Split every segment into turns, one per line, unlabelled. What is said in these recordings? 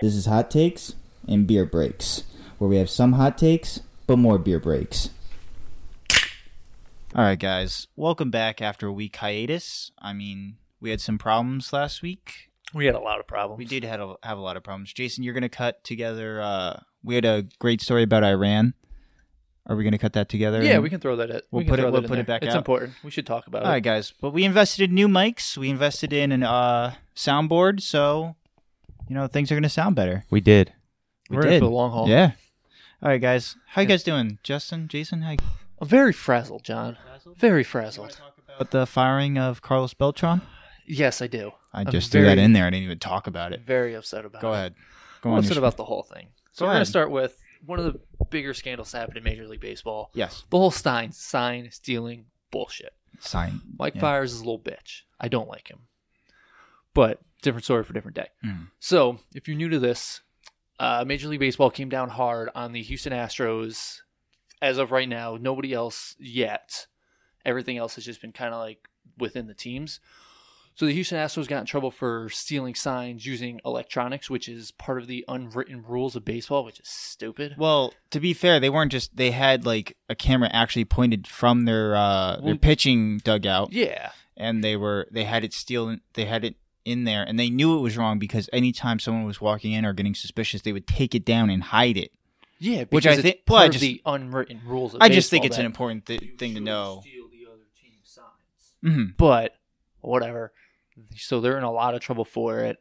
This is hot takes and beer breaks, where we have some hot takes but more beer breaks. All right, guys, welcome back after a week hiatus. I mean, we had some problems last week.
We had a lot of problems.
We did have a, have a lot of problems. Jason, you're gonna cut together. Uh, we had a great story about Iran. Are we gonna cut that together?
Yeah,
And-
we can throw that. At,
We'll
we can
put it-
throw that
we'll
in
put it
there.
back
It's
out.
important. We should talk about
All right,
it.
guys. But we invested in new mics. We invested in an uh, soundboard, so you know things are gonna sound better.
We did.
We
We're in
did.
for the long haul.
Yeah. All right, guys. How you guys doing? Justin, Jason, how you
I'm very frazzled, John. Very frazzled.
about the firing of Carlos Beltran?
Yes, I do.
I
I'm
just threw
very- Uh,
that in there. I didn't even talk about it.
Very upset about.
Go
it.
ahead. Go
I'm
on.
upset
your-
about the whole thing. So
Go
we're gonna
ahead.
start with one of the bigger scandals that happened in Major League Baseball.
yes.
The whole Stein sign stealing bullshit.
Sign.
Mike
Yeah.
Fires is a little bitch. I don't like him. But different story for different day.
Mm.
So, if you're new to this, uh, Major League Baseball came down hard on the Houston Astros. As of right now, nobody else yet. Everything else has just been kind of like within the teams. So the Houston Astros got in trouble for stealing signs using electronics, which is part of the unwritten rules of baseball, which is stupid.
Well, to be fair, they weren't just. They had like a camera actually pointed from their uh, their
Well-
pitching dugout,
Yeah,
and they were they had it steal. They had it in there, and they knew it was wrong because anytime someone was walking in or getting suspicious, they would take it down and hide it.
yeah. Because
Which I
it's
think-
part
well, I
of
just-
the unwritten rules. Of
I just think
baseball
it's an
that-
important th- thing to know. Mm-hmm.
but whatever. So they're in a lot of trouble for it.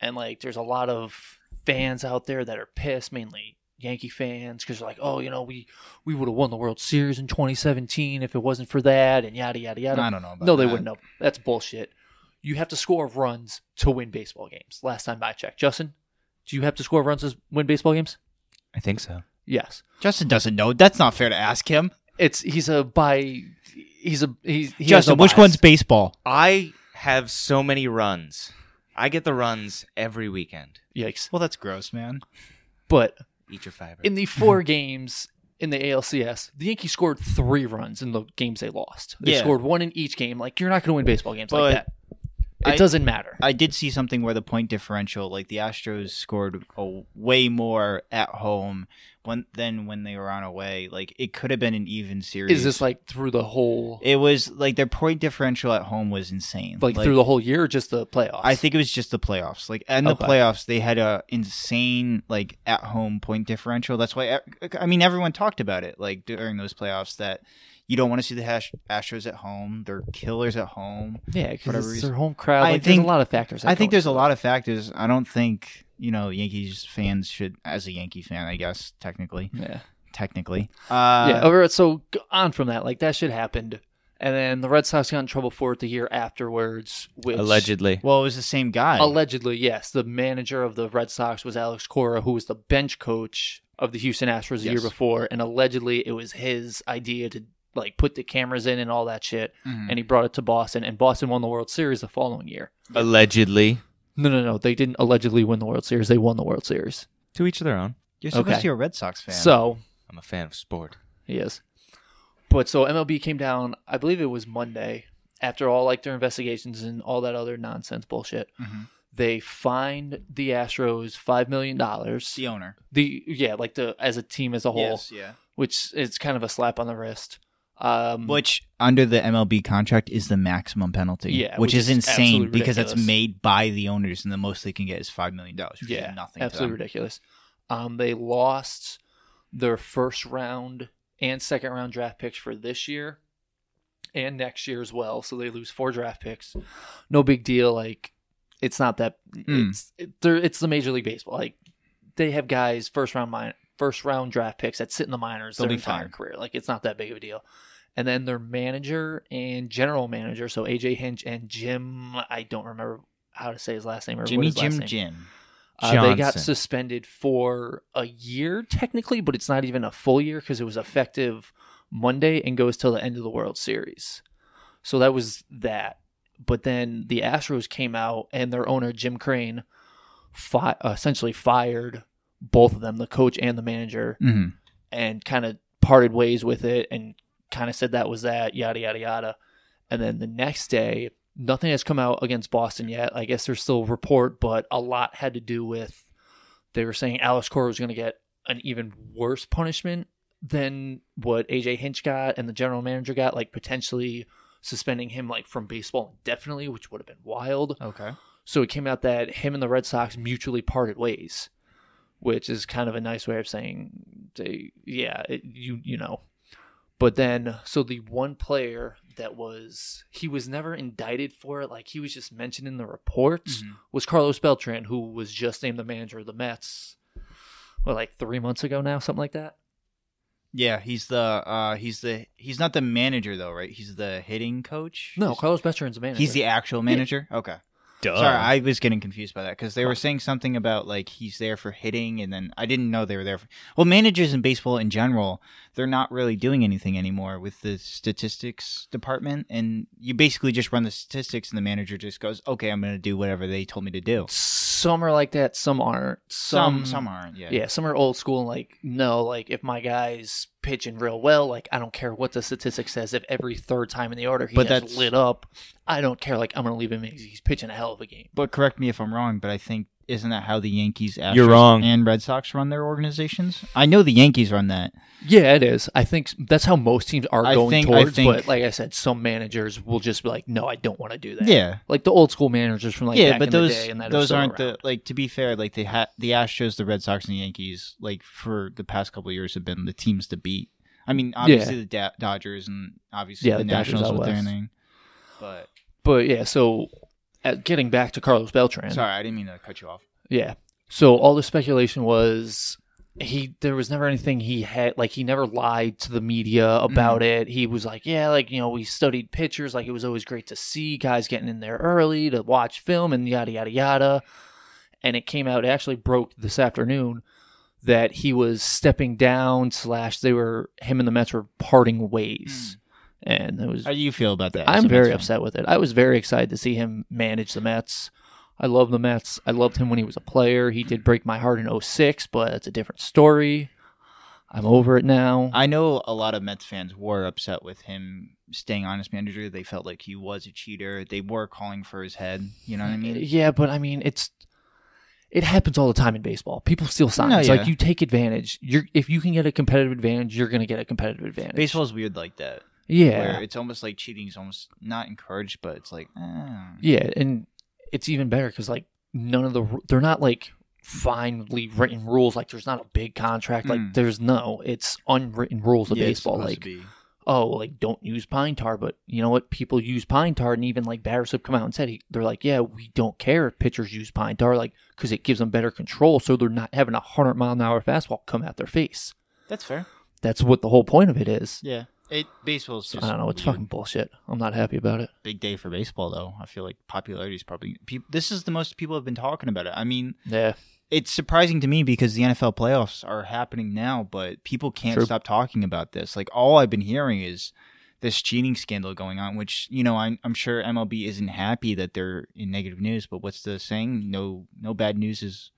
And like, there's a lot of fans out there that are pissed, mainly Yankee fans, because they're like, oh, you know, we, we would have won the World Series in 2017 if it wasn't for that, and yada, yada,
I
yada.
don't, know. About
no, they
that.
wouldn't have. That's bullshit. You have to score runs to win baseball games. Last time I checked. Justin, do you have to score runs to win baseball games?
I think so.
Yes.
Justin doesn't know. That's not fair to ask him.
It's he's a by he's a he's he has
Justin,
no
which
bias.
one's baseball?
I have so many runs. I get the runs every weekend.
yikes.
Well, that's gross, man.
But
Eat your fiber.
in the four games in the ALCS, the Yankees scored three runs in the games they lost. They
Yeah.
scored one in each game. Like you're not going to win baseball games
But
like that. It
I-
doesn't matter.
I did see something where the point differential, like the Astros scored a, way more at home when than when they were on away. Like it could have been an even series.
Is this like through the whole
It was like their point differential at home was insane.
like, through the whole year or just the playoffs?
I think it was just the playoffs. Like in the
Okay.
playoffs, they had a insane like at home point differential. That's why e-, I mean everyone talked about it like during those playoffs that you don't want to see the Hash- Astros at home. They're killers at home.
yeah,
whatever
because it's
reason.
their home crowd.
I
Like, there's
think-
a lot of factors.
I think there's a lot of factors. I don't think you know Yankees fans should, as a Yankee fan, I guess technically,
yeah,
technically. Uh,
yeah. All right, so go on from that, like that shit happened, and then the Red Sox got in trouble for it the year afterwards. Which
Allegedly.
Well, it was the same guy.
Allegedly, yes. The manager of the Red Sox was Alex Cora, who was the bench coach of the Houston Astros the year
Yes.
before, and allegedly it was his idea to like put the cameras in and all that shit,
Mhm.
and he brought it to Boston, and Boston won the World Series the following year.
Allegedly.
No, no, no, they didn't allegedly win the World Series; they won the World Series.
To each their own.
You're supposed
okay.
to be a Red Sox fan.
So
I'm a fan of sport.
he is, but so MLB came down. I believe it was Monday after all like their investigations and all that other nonsense bullshit.
Mhm.
They fined the Astros five million dollars.
the owner.
the yeah like the as a team as a whole
yeah.
which is kind of a slap on the wrist um
Which under the MLB contract is the maximum penalty.
Yeah,
which,
which
is,
is
insane
absolutely
because that's
ridiculous.
made by the owners, and the most they can get is five million dollars. which is
yeah
nothing. to
absolutely
them.
ridiculous um they lost their first round and second round draft picks for this year and next year as well so they lose four draft picks no big deal like it's not that
Mm.
it's it, they're, it's the major league baseball like they have guys first round min- first round draft picks that sit in the minors
They'll
their
be
entire
fine.
career. Like it's not that big of a deal. And then their manager and general manager, so AJ Hinch and Jim, I don't remember how to say his last name or what
Jimmy
his last
Jim
name.
Jim.
Uh, they got
Johnson.
suspended for a year technically, but it's not even a full year because it was effective Monday and goes till the end of the World Series. So that was that. But then the Astros came out and their owner Jim Crane fi- essentially fired both of them, the coach and the manager,
hmm
and kind of parted ways with it and kind of said that was that, yada yada yada. And then the next day, nothing has come out against Boston yet. I guess there's still a report, but a lot had to do with They were saying Alex Cora was going to get an even worse punishment than what AJ Hinch got and the general manager got, like potentially suspending him like from baseball indefinitely, which would have been wild.
Okay.
So it came out that him and the Red Sox mutually parted ways, which is kind of a nice way of saying they, yeah, it, you you know. But then, so the one player that was he was never indicted for it, like he was just mentioned in the reports,
Mm-hmm.
was Carlos Beltran, who was just named the manager of the Mets, what like three months ago now, something like that.
Yeah, he's the uh he's the he's not the manager though, right? He's the hitting coach.
No,
he's,
Carlos Beltran's the manager.
he's the actual manager. Okay.
Duh.
Sorry, I was getting confused by that because they were saying something about like he's there for hitting, and then I didn't know they were there. For... Well, managers in baseball in general, they're not really doing anything anymore with the statistics department, and you basically just run the statistics, and the manager just goes, "Okay, I'm going to do whatever they told me to do."
some are like that, some aren't.
Some, some, aren't. Yeah.
Yeah, some are old school and like, no, like if my guy's pitching real well, like I don't care what the statistic says. If every third time in the order he
But
but
that's-
lit up, I don't care. Like I'm gonna leave him. in. He's pitching a hell of a game.
But correct me if I'm wrong, but I think isn't that how the Yankees, Astros,
You're wrong.
and Red Sox run their organizations? I know the Yankees run that.
Yeah, it is. I think that's how most teams are
I
going
think- I
towards.
think-
But like I said, some managers will just be like, no, I don't want to do that.
Yeah,
Like the old school managers from like
yeah,
back
but
in
those
the day, and that are
those
still
aren't
around.
the like. To be fair, like they ha- the Astros, the Red Sox, and the Yankees, like for the past couple of years, have been the teams to beat. I mean, obviously the da- Dodgers and obviously
Yeah,
the,
the Dodgers
Nationals
out
with their
west.
thing. But
But yeah, so uh, getting back to Carlos Beltran.
sorry, I didn't mean to cut you off.
Yeah. So all the speculation was he there was never anything he had like he never lied to the media about it. He was like, yeah, like you know, we studied pictures, like it was always great to see guys getting in there early to watch film and yada yada yada. And it came out it actually broke this afternoon that he was stepping down slash they were him and the Mets were parting ways. And it was
How do you feel about that? as
I'm
a
very
Mets fan?
upset with it. I was very excited to see him manage the Mets. I love the Mets. I loved him when he was a player. He did break my heart in 06, but it's a different story. I'm over it now.
I know a lot of Mets fans were upset with him staying on as manager. They felt like he was a cheater. They were calling for his head. You know what I mean?
yeah, but I mean, it's it happens all the time in baseball. People steal signs.
Oh, yeah.
Like you take advantage. You're if you can get a competitive advantage, you're going to get a competitive advantage.
Baseball's weird like that. Where
yeah,
it's almost like cheating is almost not encouraged, but it's like, eh.
yeah, and it's even better because like none of the ru- they're not like finely written rules. Like there's not a big contract. Like
Mm.
there's no. It's unwritten rules of
Yeah, it's
baseball.
supposed
Like
to be.
oh, like don't use pine tar, but you know what? People use pine tar, and even like Battersea come out and said he, they're like, yeah, we don't care if pitchers use pine tar, like because it gives them better control, so they're not having a hundred mile an hour fastball come at their face.
that's fair.
That's what the whole point of it is.
Yeah. It baseball's just
I don't know. It's
weird.
fucking bullshit. I'm not happy about it.
big day for baseball though. I feel like popularity is probably peop this is the most people have been talking about it. I mean,
Yeah,
it's surprising to me because the NFL playoffs are happening now, but people can't
True.
stop talking about this. Like all I've been hearing is this cheating scandal going on, which you know I'm, I'm sure MLB isn't happy that they're in negative news. But what's the saying? No, no bad news is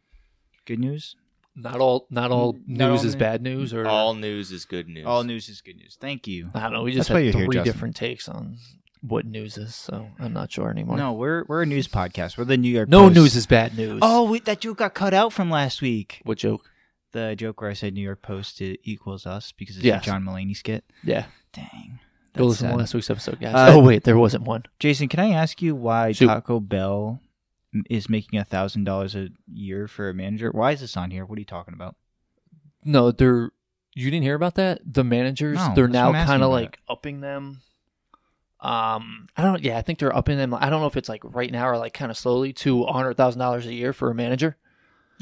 good news.
not all not all
N- not
news
all
is
news.
bad news, or
All news is good news.
All news is good news. Thank you.
I don't know. We just
That's why
had
you're here,
three
Justin.
different takes on what news is, so I'm not sure anymore.
No, we're we're a news podcast. We're the New York.
no
Post.
news is bad news.
Oh, wait, that joke got cut out from last week.
what joke?
The joke where I said New York Post i- equals us because it's
Yes.
a John Mulaney skit.
Yeah,
Dang.
go
That's
listen
sad.
to last week's episode, guys.
Uh,
oh wait, there wasn't one.
Jason, can I ask you why
Shoot.
Taco Bell m- is making a thousand dollars a year for a manager? Why is this on here? What are you talking about?
No, they're you didn't hear about that? The managers,
No,
they're
that's what
now
I'm asking
kind of
about
like upping them. Um, I don't yeah, I think they're upping them. I don't know if it's like right now or like kind of slowly to $100,000 a year for a manager.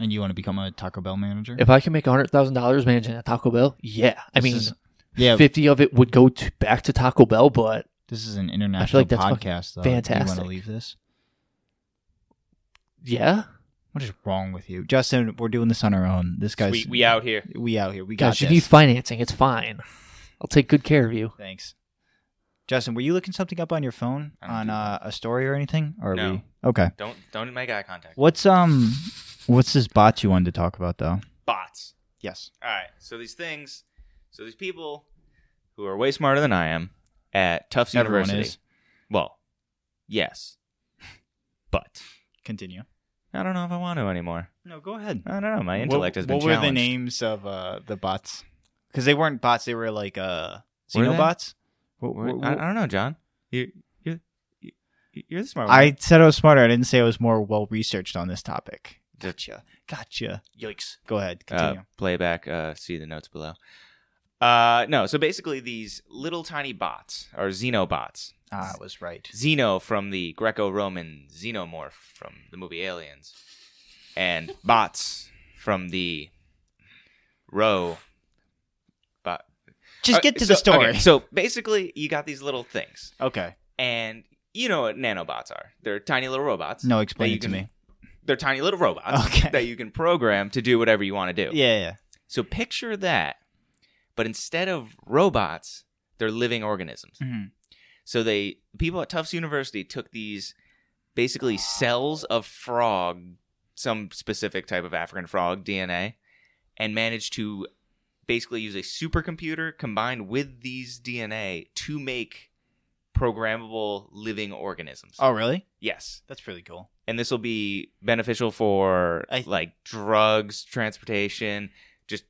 And you want to become a Taco Bell manager?
If I can make $100,000 managing at Taco Bell, yeah. I
This
mean,
is- yeah,
50 of it would go to, back to Taco Bell, but
this is an international
that's fucking
podcast, though. You want
fantastic.
to leave this?
yeah.
What is wrong with you, Justin? We're doing this on our own. This guy's
we, we out here.
we out here. We got
Guys, you
this.
need financing, it's fine. I'll take good care of you.
Thanks. Justin, were you looking something up on your phone
I don't
on
do
uh, a story or anything? Or are
No.
we- Okay.
Don't don't make eye contact.
What's um what's this bot you wanted to talk about though?
Bots.
Yes.
All right. So these things. So these people who are way smarter than I am at Tufts
Everyone
University.
is.
Well, yes, but
Continue.
I don't know if I want to anymore.
No, go ahead.
I don't know. My
what,
intellect has been
What
challenged.
were the names of uh, the bots? Because they weren't bots; they were like uh,
Were they?
xenobots.
What were-
What-
I,
what-
I don't know, John. You you you- you're the smart one.
I said I was smarter. I didn't say I was more well researched on this topic.
Just-
Gotcha. Gotcha.
Yikes.
Go ahead.
uh,
Continue.
playback. Uh, see the notes below. Uh, no. So basically, these little tiny bots are xenobots.
ah, I was right.
Xeno from the Greco-Roman xenomorph from the movie Aliens, and bots from the row. Bot.
Just
Uh,
get to
so-
the story.
okay,
Okay.
so basically, you got these little things, and you know what nanobots are? They're tiny little robots.
No,
that
explain
you
it to
can-
me.
they're tiny little robots
Okay.
that you can program to do whatever you want to do.
Yeah, yeah.
So picture that, but instead of robots, they're living organisms.
Mhm.
So they people at Tufts University took these basically cells of frog, some specific type of African frog DNA, and managed to basically use a supercomputer combined with these DNA to make programmable living organisms.
Oh, really?
Yes
That's really cool.
and this will be beneficial for
I-
like drugs, transportation, just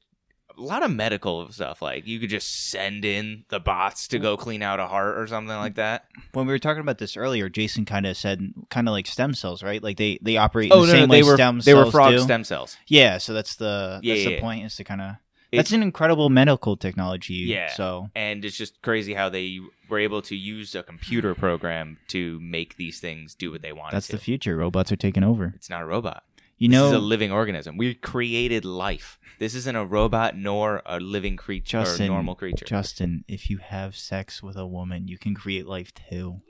a lot of medical stuff. Like you could just send in the bots to go clean out a heart or something like that.
When we were talking about this earlier, Jason kind of said, kind of like stem cells, right? Like they they operate in the Oh, same way
Oh, they were
stem
they
cells
were frog
do.
stem cells.
Yeah, so that's the
Yeah,
that's
yeah.
the point is to kind of.
It-
That's an incredible medical technology.
Yeah.
So
And it's just crazy how they were able to use a computer program to make these things do what they wanted
that's
to.
the future. Robots are taking over.
it's not a robot.
You
this is a
know,
living organism. We created life. This isn't a robot nor a living creature
Justin,
or normal creature.
Justin, if you have sex with a woman, you can create life too.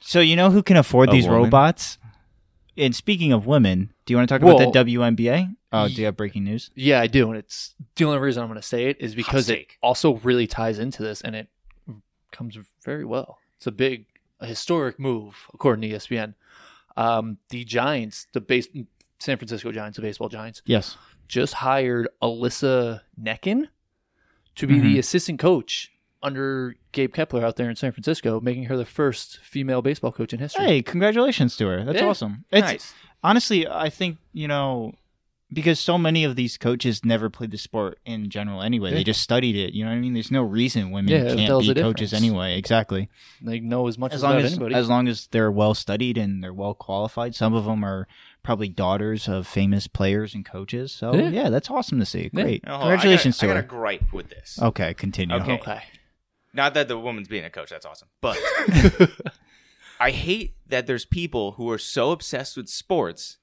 So you know who can afford
A
these
woman?
robots? And speaking of women, do you want to talk
Well-
about the WNBA? Oh, do you have breaking news?
Yeah, I do, and it's the only reason I'm going to say it is because it
take.
also really ties into this, and it comes very well. It's a big, a historic move according to E ESPN. Um, the Giants, the base, San Francisco Giants, the baseball Giants,
Yes.
just hired Alyssa Neckin to be the assistant coach under Gabe Kepler out there in San Francisco, making her the first female baseball coach in history.
Hey, congratulations to her. That's
Yeah.
awesome. It's,
nice.
honestly, I think you know because so many of these coaches never played the sport in general anyway.
Yeah.
They just studied it. You know what I mean? There's no reason women
Yeah, it
can't
tells
be
the
coaches
difference.
anyway. Exactly.
They know as much
As
as
long
about
as
anybody.
as long as they're well studied and they're well qualified. Some of them are probably daughters of famous players and coaches. So
Yeah.
yeah, that's awesome to see.
Yeah. Oh,
Great.
Now, hold on. I gotta-
Congratulations Oh,
I got,
to
a
her.
gripe with this.
okay, continue.
Okay.
okay.
Not that the woman's being a coach, that's awesome. But I hate that there's people who are so obsessed with sports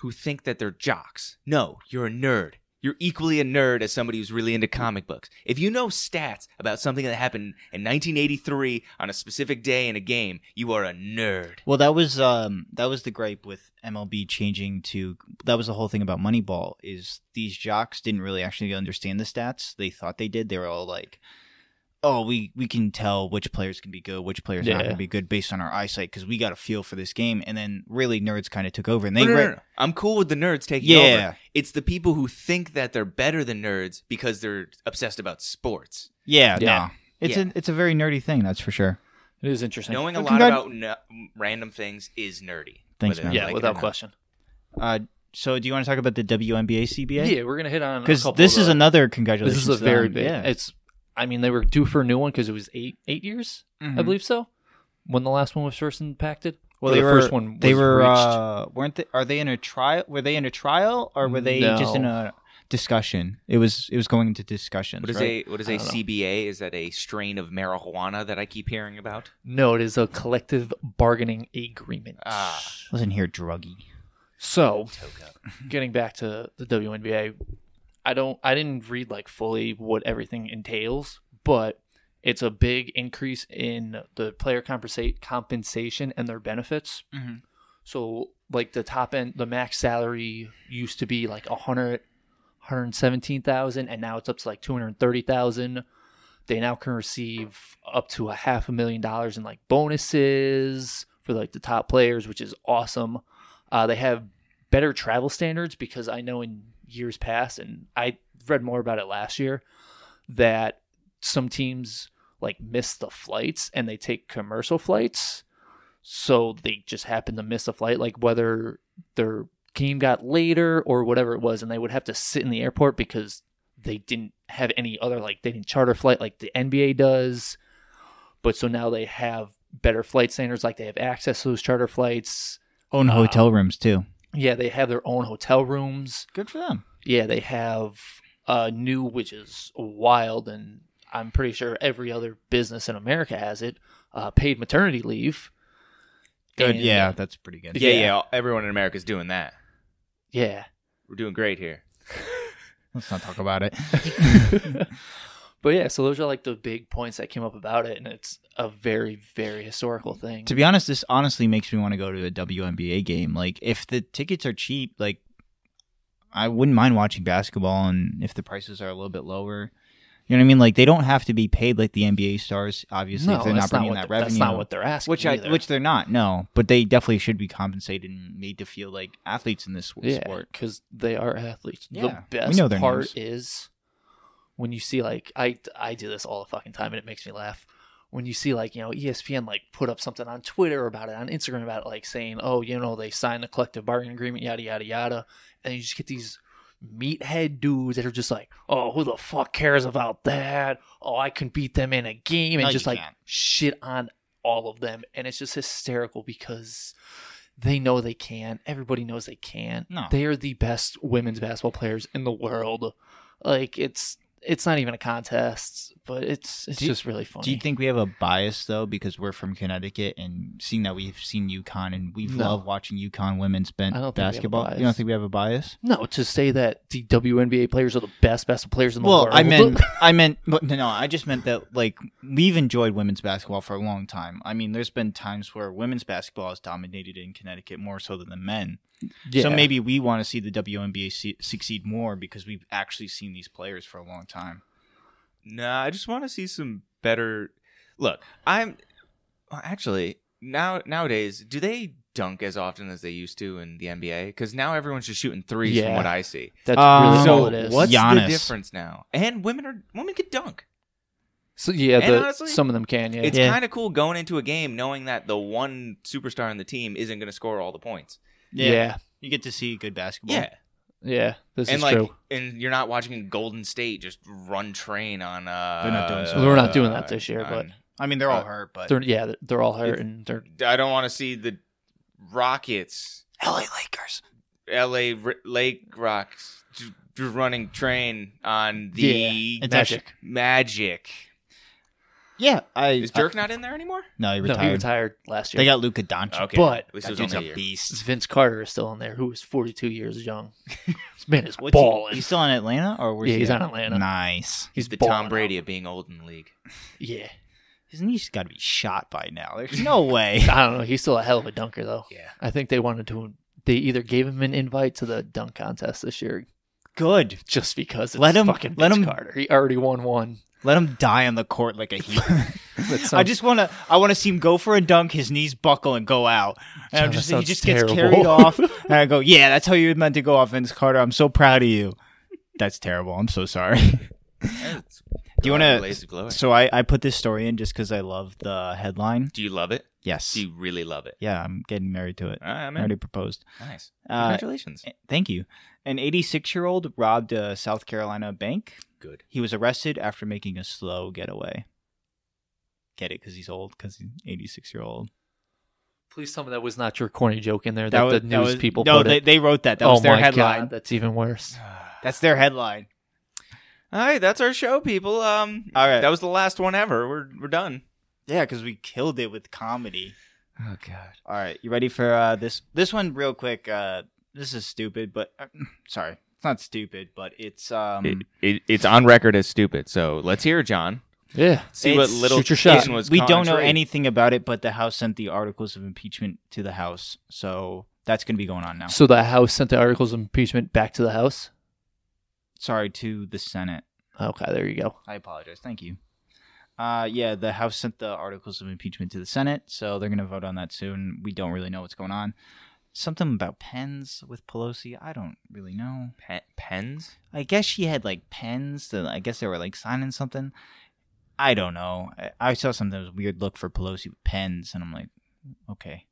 who think that they're jocks. No, you're a nerd. You're equally a nerd as somebody who's really into comic books. If you know stats about something that happened in 1983 on a specific day in a game, you are a nerd.
Well, that was um that was the gripe with MLB changing to that was the whole thing about Moneyball is these jocks didn't really actually understand the stats. They thought they did. They were all like, "Oh, we we can tell which players can be good, which players not going
Yeah.
to be good based on our eyesight because we got a feel for this game." And then really nerds kind of took over and they
No, no, no,
re-
no. I'm cool with the nerds taking
yeah
over. It's the people who think that they're better than nerds because they're obsessed about sports.
yeah
Yeah.
no it's
Yeah.
a it's a very nerdy thing that's for sure.
It is interesting.
Knowing a
Well,
lot
congrat-
about n- random things is nerdy.
Thanks,
whether
man.
you
yeah,
like it or
without
not.
question.
Uh, so do you want to talk about the WNBA
Yeah,
CBA?
we're gonna hit on a
because
couple
this
of
is
the-
another congratulations.
This is a
to
very
them.
big.
Yeah.
It's. I mean, they were due for a new one because it was eight eight years, I
Mhm.
believe so. When the last one was first impacted.
Well,
Or
they
the
were,
first one.
They
was
were
reached.
uh, weren't they? Are they in a trial? Were they in a trial or were they just in
No.
a discussion? It was it was going into discussions.
What is
right?
a what is
I
a
don't know.
CBA? Is that a strain of marijuana that I keep hearing about?
no, it is a collective bargaining agreement.
Ah. oh.
Listen here, druggy.
So,
Toke up.
getting back to the WNBA, I don't I didn't read like fully what everything entails, but it's a big increase in the player compensa- compensation and their benefits.
Mhm.
So like the top end, the max salary used to be like 100 117,000 and now it's up to like 230,000. They now can receive up to a half a million dollars in like bonuses for like the top players, which is awesome. Uh, they have better travel standards because I know in years past, and I read more about it last year, that some teams like miss the flights and they take commercial flights. so they just happened to miss a flight, like whether their game got later or whatever it was, and they would have to sit in the airport because they didn't have any other like they didn't charter flight like the NBA does. But so now they have better flight standards, like they have access to those charter flights.
Own
Uh,
Oh, hotel rooms too.
Yeah, they have their own hotel rooms.
Good for them.
Yeah, they have uh, new, which is wild, and I'm pretty sure every other business in America has it. Uh, paid maternity leave.
Good.
And-
yeah, that's pretty good.
Yeah,
Yeah.
yeah, Everyone in America's doing that.
yeah.
We're doing great here.
Let's not talk about it.
But yeah, so those are like the big points that came up about it, and it's a very, very historical thing.
to be honest, this honestly makes me want to go to a WNBA game. Like, if the tickets are cheap, like, I wouldn't mind watching basketball, and if the prices are a little bit lower, you know what I mean. Like, they don't have to be paid like the NBA stars. Obviously, if they're not
that's
bringing
what
that
the-
revenue,
That's not what they're asking.
which I,
either.
which they're not. No, but they definitely should be compensated and made to feel like athletes in this
yeah,
sport.
because they are athletes.
Yeah,
the
we
best
know their
part is when you see like I I do this all the fucking time, and it makes me laugh. When you see like you know E ESPN like put up something on Twitter about it, on Instagram about it, like saying oh you know they signed the collective bargaining agreement, yada yada yada, and you just get these meathead dudes that are just like oh who the fuck cares about that? Oh I can beat them in a game and
No,
just
you
like
can't.
shit on all of them, and it's just hysterical because they know they can. Everybody knows they can.
No.
They are the best women's basketball players in the world. Like it's it's not even a contest, but it's it's
Do you-
just really funny.
Do you think we have a bias though, because we're from Connecticut, and seeing that we've seen UConn and we
No.
love watching UConn women's ben-
I don't think we have a
basketball? You don't
bias.
think we have a bias?
no, to say that the WNBA players are the best basketball players in the
well
world.
i meant i meant but no i just meant that like we've enjoyed women's basketball for a long time i mean there's been times where women's basketball has dominated in connecticut more so than the men
Yeah.
so maybe we want to see the WNBA se- succeed more because we've actually seen these players for a long time
Nah, I just want to see some better. Look, I'm well, actually now nowadays. Do they dunk as often as they used to in the NBA? Because now everyone's just shooting threes from
Yeah.
what I see.
that's
Um,
really
so
all it is.
what's
Giannis.
the difference now? And women are women can dunk.
So yeah,
And
the,
honestly,
some of them can. Yeah,
It's
Yeah.
kind of cool going into a game knowing that the one superstar on the team isn't going to score all the points.
yeah, yeah.
you get to see good basketball
yeah,
this
and
is
like,
true.
and you're not watching Golden State just run train on. Uh,
They're not doing so.
We're not doing that this year, but
on-
i mean they're all
Uh,
hurt but
they're yeah they're all hurt
It's-
and they're
I don't want to see the Rockets,
la lakers
L.A. R- Lake Rocks, j- j- running train on the
Yeah,
it's
Magic.
actually-
Magic.
yeah i
Is Dirk not in there anymore?
no he
no,
retired,
he retired last year.
they got luka doncic
Okay,
But-
at least
that
it was
dude's
only
a
a year.
beast
Vince Carter is still in there, who is 42 years young. This man is
What's he-
balling.
he's still in atlanta or where's
yeah,
he
he's
at?
on Atlanta.
nice
He's
He's
the
balling
Tom
out.
Brady of being old in the league.
Yeah,
his knee's got to be shot by now there's no way
I don't know. He's still a hell of a dunker, though.
Yeah.
I think they wanted to. They either gave him an invite to the dunk contest this year
good
just because it's
Let him-
fucking
let
Vince
him-
Carter. He already won one.
Let him die on the court like a hero.
That's
I just want to. I want to see him go for a dunk, his knees buckle, and go out. And I'm
John,
just,
that
he just
sounds
gets
terrible.
carried off. And I go, yeah, that's how you're meant to go off, Vince Carter. I'm so proud of you. That's terrible. I'm so sorry. Do you wanna-
to?
so I, I put this story in just because I love the headline.
Do you love it?
Yes.
Do you really love it?
Yeah, I'm getting married to it.
All right,
I
man.
already proposed.
Nice.
Uh,
Congratulations.
thank you. An 86 year old robbed a South Carolina bank.
Good.
He was arrested after making a slow getaway. Get it? Because he's old. Because he's 86 year old.
please tell me that was not your corny joke in there that, the news
was-
people
No,
put
they,
it.
they wrote that. That
oh
was their
my
headline.
god, that's even worse.
That's their headline.
All right, that's our show, people. Um,
All right.
that was the last one ever. We're we're done.
Yeah, because we killed it with comedy.
Oh God.
All right, you ready for uh, this? This one, real quick. Uh, this is stupid, but uh, sorry, it's not stupid, but it's um.
It, it, it's on record as stupid. So let's hear, it, John.
Yeah,
See what
It's-
little
Shoot your shot.
Jason was.
we don't know
contrary.
anything about it, but the House sent the articles of impeachment to the House, so that's going to be going on now.
So the House sent the articles of impeachment back to the House.
Sorry to the Senate.
Okay, there you go.
I apologize. Thank you. Uh, yeah, the House sent the articles of impeachment to the Senate, so they're going to vote on that soon. We don't really know what's going on. Something about pens with Pelosi. I don't really know.
Pe- pens.
I guess she had like pens. That I guess they were like signing something. I don't know. I, I saw something that was a weird look for Pelosi with pens, and I'm like, Okay.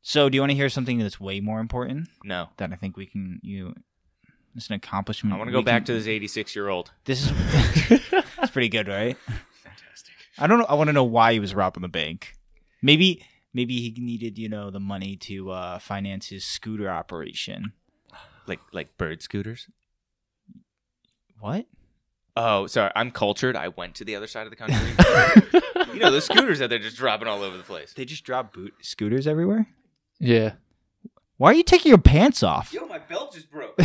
So, do you want to hear something that's way more important
No.
that I think we can you? It's an accomplishment.
I want to go back to
this.
this 86 year old.
This is it's pretty good, right?
Fantastic.
I don't know. I want to know why he was robbing the bank. Maybe maybe he needed you know the money to uh, finance his scooter operation.
Like like bird scooters.
What?
Oh, sorry. I'm cultured. I went to the other side of the country. you know those scooters that they're just dropping all over the place.
They just drop boot scooters everywhere.
yeah.
Why are you taking your pants off?
Yo, my belt just broke.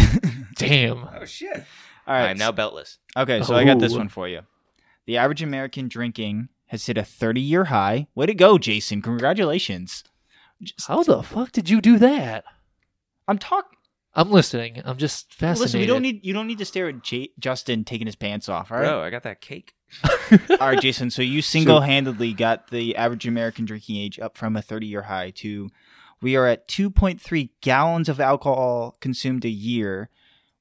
Damn.
Oh shit.
All
I'm now beltless.
Okay, so I got this
Oh.
one for you. The average American drinking has hit a 30 year high. Way to go, Jason. Congratulations.
How the fuck did you do that?
I'm talking.
I'm listening. I'm just fascinated.
Listen, we don't need you don't need to stare at J- Justin taking his pants off. All right,
Bro, I got that cake.
all right, Jason. So you single handedly got the average American drinking age up from a 30 year high to we are at 2.3 gallons of alcohol consumed a year,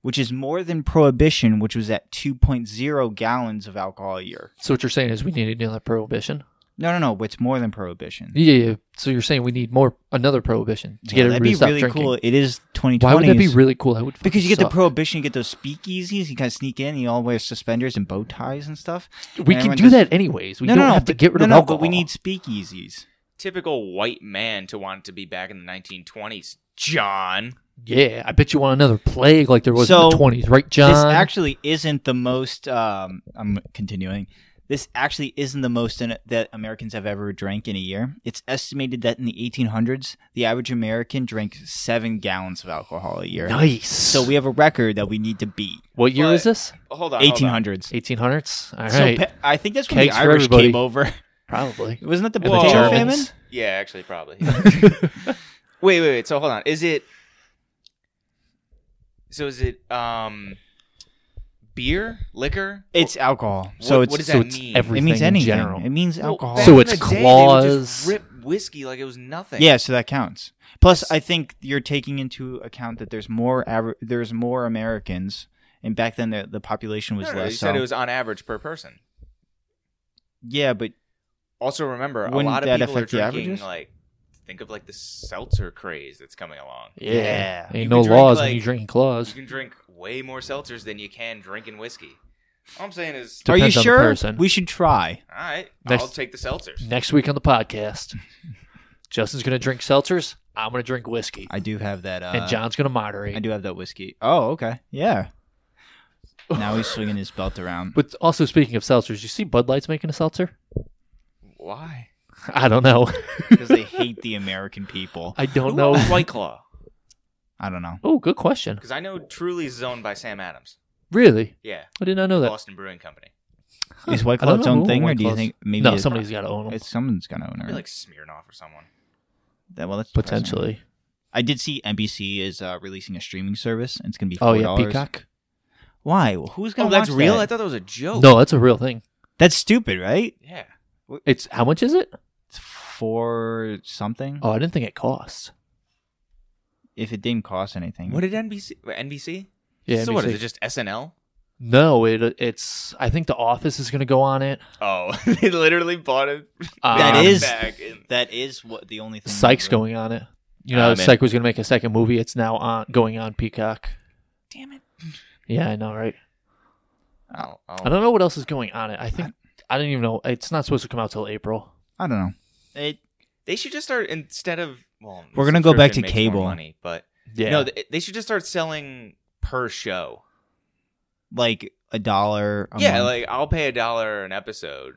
which is more than prohibition, which was at 2.0 gallons of alcohol a year.
So what you're saying is we need another prohibition.
No, no, no. It's more than prohibition.
Yeah, yeah. So you're saying we need more another prohibition to
Yeah,
get
that'd
everybody
be
to stop
really
drinking.
cool. It is 2020.
Why would that be really cool? That would
because you get
fucking
the prohibition, you get those speakeasies, you kind of sneak in, you all wear suspenders and bow ties and stuff.
suck. We
and
can
everyone
do
just-
that anyways. We
no,
don't
no, no,
have to
but-
get rid
no,
of
no,
alcohol.
But we need speakeasies.
Typical white man to want to be back in the 1920s. John.
Yeah, I bet you want another plague like there was in
So,
the twenties, right,
This
John?
actually isn't the most. Um, I'm continuing. This actually isn't the most in that Americans have ever drank in a year. It's estimated that in the 1800s, the average American drank seven gallons of alcohol a year.
nice.
So we have a record that we need to beat.
what year
But-
is this?
Hold on. hold on.
1800s.
Eighteen hundreds. All
So
right,
pe- I think that's when
Cakes
the
for
Irish
everybody.
came over.
probably.
Wasn't that the
Whoa.
potato
Germans.
famine?
Yeah, actually, probably. wait, wait, wait. So hold on. Is it? So is it um, beer, liquor?
It's alcohol. So
what-
it's
what does
so
that
it's
mean?
it
everything
means
in
anything.
general.
It means
Well,
alcohol.
back
So
in
it's
the day, they would just
claws.
Rip whiskey like it was nothing.
yeah, so that counts. Plus, I think you're taking into account that there's more aver- there's more Americans, and back then the, the population
No,
was
no, no,
less.
you
so-
said it was on average per person.
yeah, but
Also, remember a
Wouldn't
lot of
that
people are
affect the
drinking
averages?
like. Think of like the seltzer craze that's coming along.
Yeah,
Yeah.
ain't
You
no
could drink,
laws when
like-
you're drinking
You
claws.
can drink way more seltzers than you can drinking whiskey. All I'm saying is,
Depends
are
on
you
the
sure?
person.
We should try.
all right,
Next-
I'll take the seltzers.
Next week on the podcast, Justin's gonna drink seltzers. I'm gonna drink whiskey,
I do have that. Uh,
and John's gonna
I
moderate.
do have that whiskey. Oh, okay, yeah. Now he's swinging his belt around.
But also speaking of seltzers, you see Bud Light's making a seltzer?
Why?
I don't know.
because they hate the American people.
I don't
Who owns
know.
White Claw?
I don't know.
Oh, good question.
Because I know Truly is owned by Sam Adams.
Really?
Yeah,
I did
Oh,
not know that.
Boston Brewing Company.
Is White
I
Claw
don't
its
know
own
who
thing, or
White
do you
Claw's-
think maybe
no,
it's-
somebody's got to own them
It's someone's gonna own
Maybe
it?
like Smirnoff or someone.
that, well, that's depressing.
potentially.
I did see NBC is uh, releasing a streaming service, and it's gonna be
Oh
four
yeah,
dollars.
Peacock.
Why? Well, who's gonna?
Oh, that's
watch
real. I
That?
thought that was a joke.
No, that's a real thing.
That's stupid, right?
Yeah.
It's how much is it?
It's for something.
Oh, I didn't think it cost.
If it didn't cost anything,
What did NBC? wait, NBC.
Yeah.
So what
NBC.
is it? Just SNL?
No, it it's. I think The Office is going to go on it.
Oh, they literally bought it.
That
Um,
is-
back in-
that is what the only thing.
Psych's
that really-
going on it. You know,
I'm in.
Psych was going to make a second movie. It's now on going on Peacock.
Damn it!
Yeah, I know, right?
I'll, I'll,
I don't know what else is going on it. I think I didn't even know. It's not supposed to come out till April.
I don't know. It.
They should just start instead of. Well,
We're gonna go back to
subscription makes more
cable.
Money, but
Yeah.
no, they, they should just start selling per show.
Like a dollar. A
yeah,
month.
like I'll pay a dollar an episode,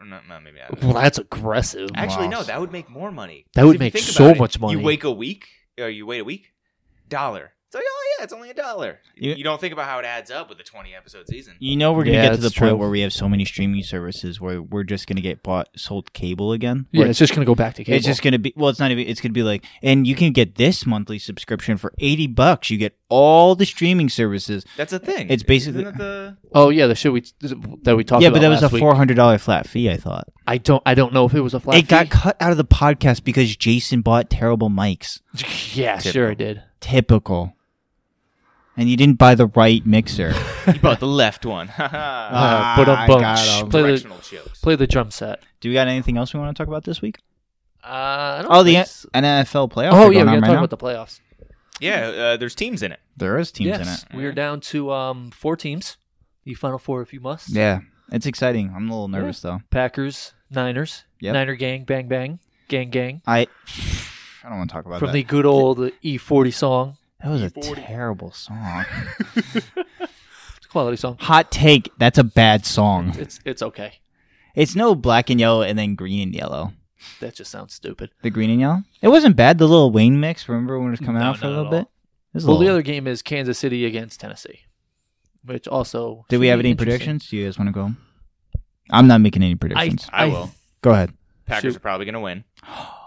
or not? No, maybe I don't know.
well, that's aggressive.
Actually, no,
Lost.
that would make more money.
That
'Cause
would
if you
make
think
so
about it,
much money.
You wake a week, or you wait a week, dollar. It's like, oh yeah, it's only a dollar.
You-
You, don't think about how it adds up with a twenty episode season.
You know we're gonna
Yeah,
get to the
that's
point
true.
where we have so many streaming services where we're just gonna get bought sold cable again.
Yeah,
Where
it's just going to go back to cable.
It's just gonna be well. It's not even. It's gonna be like, and you can get this monthly subscription for eighty bucks. You get all the streaming services.
That's a thing.
It's basically-
Isn't that the
oh yeah, the shit we that we talked
yeah,
about.
but that was a
last week.
four hundred dollar flat fee. I thought
I don't. I don't know if it was a flat.
it got
fee.
cut out of the podcast because Jason bought terrible mics.
yeah, sure it did.
Typical. And you didn't buy the right mixer.
you bought the left one. Ha
Ah,
but um,
I got 'em.
play the
Uh, Directional jokes.
play the drum set.
Do we got anything else we want to talk about this week?
Uh, I don't
Oh, the
think
N-
so.
NFL playoffs.
oh
are going
yeah, we
on
gotta
right
talk
now.
about the playoffs.
Yeah, uh, there's teams in it.
there is teams in it.
yes, we are down to um four teams. The final four, if you must.
Yeah, it's exciting. I'm a little nervous though.
Packers, Niners,
Yep.
Niner gang, bang bang, gang gang.
I I don't want to talk about
From
that.
the good old E40 song,
that was a terrible song.
it's a quality song.
Hot take. That's a bad song.
It's it's okay.
It's no black and yellow and then green and yellow.
That just sounds stupid.
The green and yellow. It wasn't bad. The little Wayne mix. Remember when it was coming
No,
out for a
not
little
at all.
bit? It was a
Well, the
little-
other game is Kansas City against Tennessee, which also
Did we
should
have
be
any
interesting.
predictions? Do you guys want to go? I'm not making any
I,
predictions.
I
I-
will.
go ahead.
Packers
Shoot.
are probably going to win.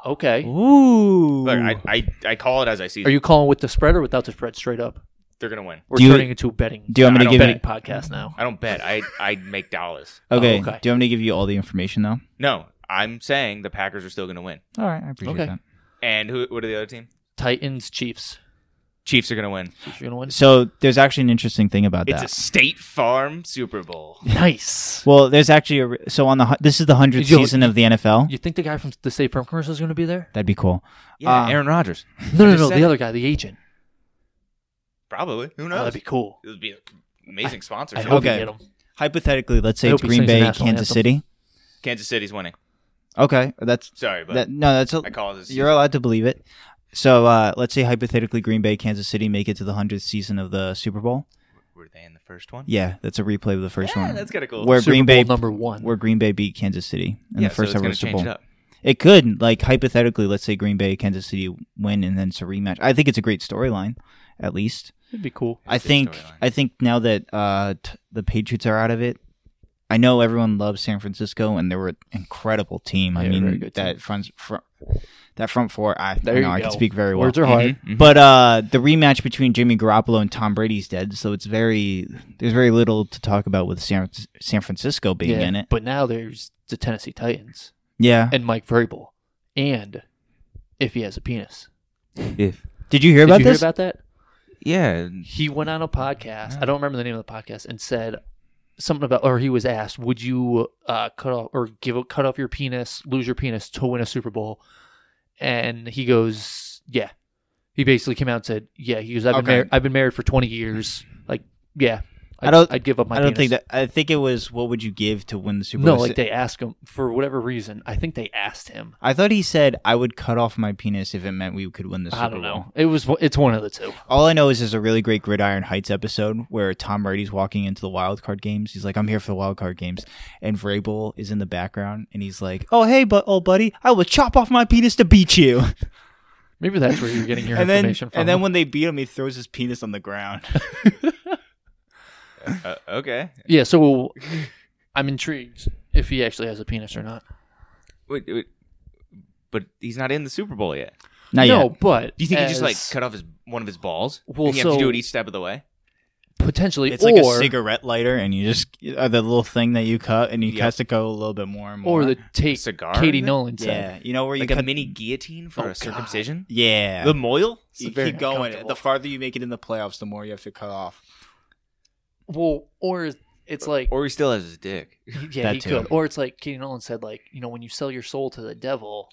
Okay.
Ooh.
Look, I, I, I call it as I see.
Are you calling with the spread or without the spread? Straight up,
They're going to win.
we're
Do you-
turning into a betting
do you want
I
me
don't
to give
betting
you?
podcast now.
I don't bet. I, I make dollars.
Okay.
Oh, okay.
Do you want me to give you all the information though?
No, I'm saying the Packers are still going to win.
All right. I appreciate
Okay.
that.
And who? What are the other team?
Titans, Chiefs.
Chiefs are going to win.
Chiefs are gonna win.
So there's actually an interesting thing about
It's
that.
a State Farm Super Bowl.
Nice.
Well, there's actually a re- so on the hu- this is the hundredth
You'll-
season of the NFL.
You think the guy from the State Farm commercial is going to be there?
That'd be cool.
Yeah,
Uh,
Aaron Rodgers.
No,
I
no,
just
no.
said
The
it.
other guy, the agent.
Probably. Who
Oh,
knows?
that'd be cool.
it would be an amazing sponsor.
I hope
Okay.
you get him.
Hypothetically, let's say
I
it's
hope he
Green
sings the
Bay, Kansas
national anthem.
City.
Kansas City's winning.
Okay, that's
Sorry, but
that. No, that's a,
I call this.
you're allowed to believe it. So uh, let's say hypothetically, Green Bay, Kansas City make it to the hundredth season of the Super Bowl.
Were they in the first one?
Yeah, that's a replay of the first
Yeah,
one.
that's kind of cool.
Where
Super
Green
Bowl
Bay,
number one.
where Green Bay beat Kansas City in
yeah,
the first
so
ever
it's
Super
going
Bowl.
to change it up.
It could, like hypothetically, let's say Green Bay, Kansas City win, and then it's a rematch. I think it's a great storyline, at least.
It'd be cool.
I
It's a
think
storyline.
I think now that uh, t- the Patriots are out of it, I know everyone loves San Francisco, and they were an incredible team. I
Yeah, very
mean
good team.
that front, front that front four. I
There
I
you
know I can
go.
speak very well.
Words are hard. Mm-hmm.
Mhm, mhm.
but uh, the rematch between Jimmy Garoppolo and Tom Brady's dead, so it's very there's very little to talk about with San, San Francisco being
yeah,
in it.
But now there's the Tennessee Titans
Yeah.
and Mike Vrabel, and if he has a penis.
If
Did you hear
Did
about
you
this?
hear about that?
yeah,
He went on a podcast. I don't remember the name of the podcast, and said something about, or he was asked, "Would you uh, cut off or give cut off your penis, lose your penis to win a Super Bowl?" And he goes, "Yeah." He basically came out and said, "Yeah." He goes, "I've been
Okay.
married. I've been married for twenty years. Like, yeah." I'd,
I don't-
I'd give up my.
I don't
penis.
think that. I think it was what would you give to win the Super
No,
Bowl?
like they asked him for whatever reason. I think they asked him.
I thought he said I would cut off my penis if it meant we could win the Super
I
Bowl.
don't know. It was. It's one of the two.
All I know is there's a really great Gridiron Heights episode where Tom Brady's walking into the wild card games. He's like, "I'm here for the wild card games," and Vrabel is in the background, and he's like, "Oh hey, but old buddy, I will chop off my penis to beat you."
Maybe that's where you're getting your
and then,
information from.
and then when they beat him, he throws his penis on the ground.
uh, okay.
yeah. So I'm intrigued if he actually has a penis or not.
Wait, wait, but he's not in the Super Bowl yet.
Not
no,
yet.
but
Do you think he just like
as
cut off his one of his balls?
Well,
and you have to do
so-
it each step of the way.
potentially
It's
or
like a cigarette lighter, and you just uh, the little thing that you cut, and you
Yeah.
has to go a little bit more and more.
or the take
cigar
Katie
in it?
Nolan said.
yeah, you know where you
Like
cut
a mini guillotine for
Oh,
a circumcision.
Yeah,
The moil.
you
very
keep going.
uncomfortable.
The farther you make it in the playoffs, the more you have to cut off.
Well, or it's like
Or he still has his dick.
yeah,
That
he
too.
could. Or it's like Katie Nolan said, like you know, when you sell your soul to the devil,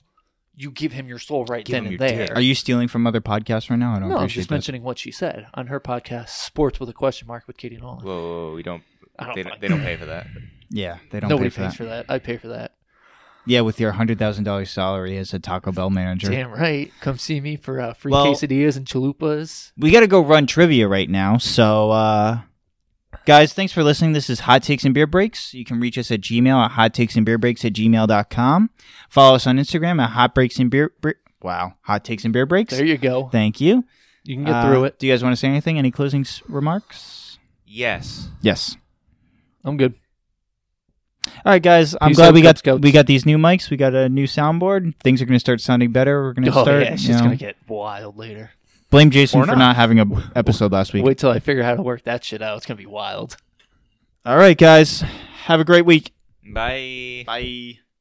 you give him your soul right
Give
then
him
and
your
there.
dick.
Are you stealing from other podcasts right now? I don't
No, I'm
appreciate
just
this.
mentioning what she said on her podcast, Sports with a Question Mark with Katie Nolan.
Whoa, whoa, whoa, we don't.
I don't
they,
fucking-
they don't pay for that.
Yeah, they don't
Nobody
pay for
pays
that.
for that. I pay for that.
Yeah, with your hundred thousand dollars salary as a Taco Bell manager,
Damn right. Come see me for uh, free
Well-
quesadillas and chalupas.
we got to go run trivia right now. So, uh, guys, thanks for listening. This is Hot Takes and Beer Breaks. You can reach us at Gmail at Hot Takes and Beer Breaks at gmail.com. Follow us on Instagram at Hot Breaks and Beer. Bre- wow, Hot Takes and Beer Breaks.
There you go.
Thank you.
You can get
Uh,
through it.
Do you guys want to say anything? Any closing s- remarks?
Yes.
Yes.
I'm good.
All right, guys. I'm
Peace
glad
out,
we got
Cub Scouts.
we got these new mics. We got a new soundboard. Things are going to start sounding better. We're going to
Oh
start.
yeah,
you
she's
know.
gonna get wild later.
Blame Jason
Or
for
not.
not having a episode last week.
Wait till I figure out how to work that shit out. It's gonna be wild.
All right, guys. Have a great week.
Bye.
Bye.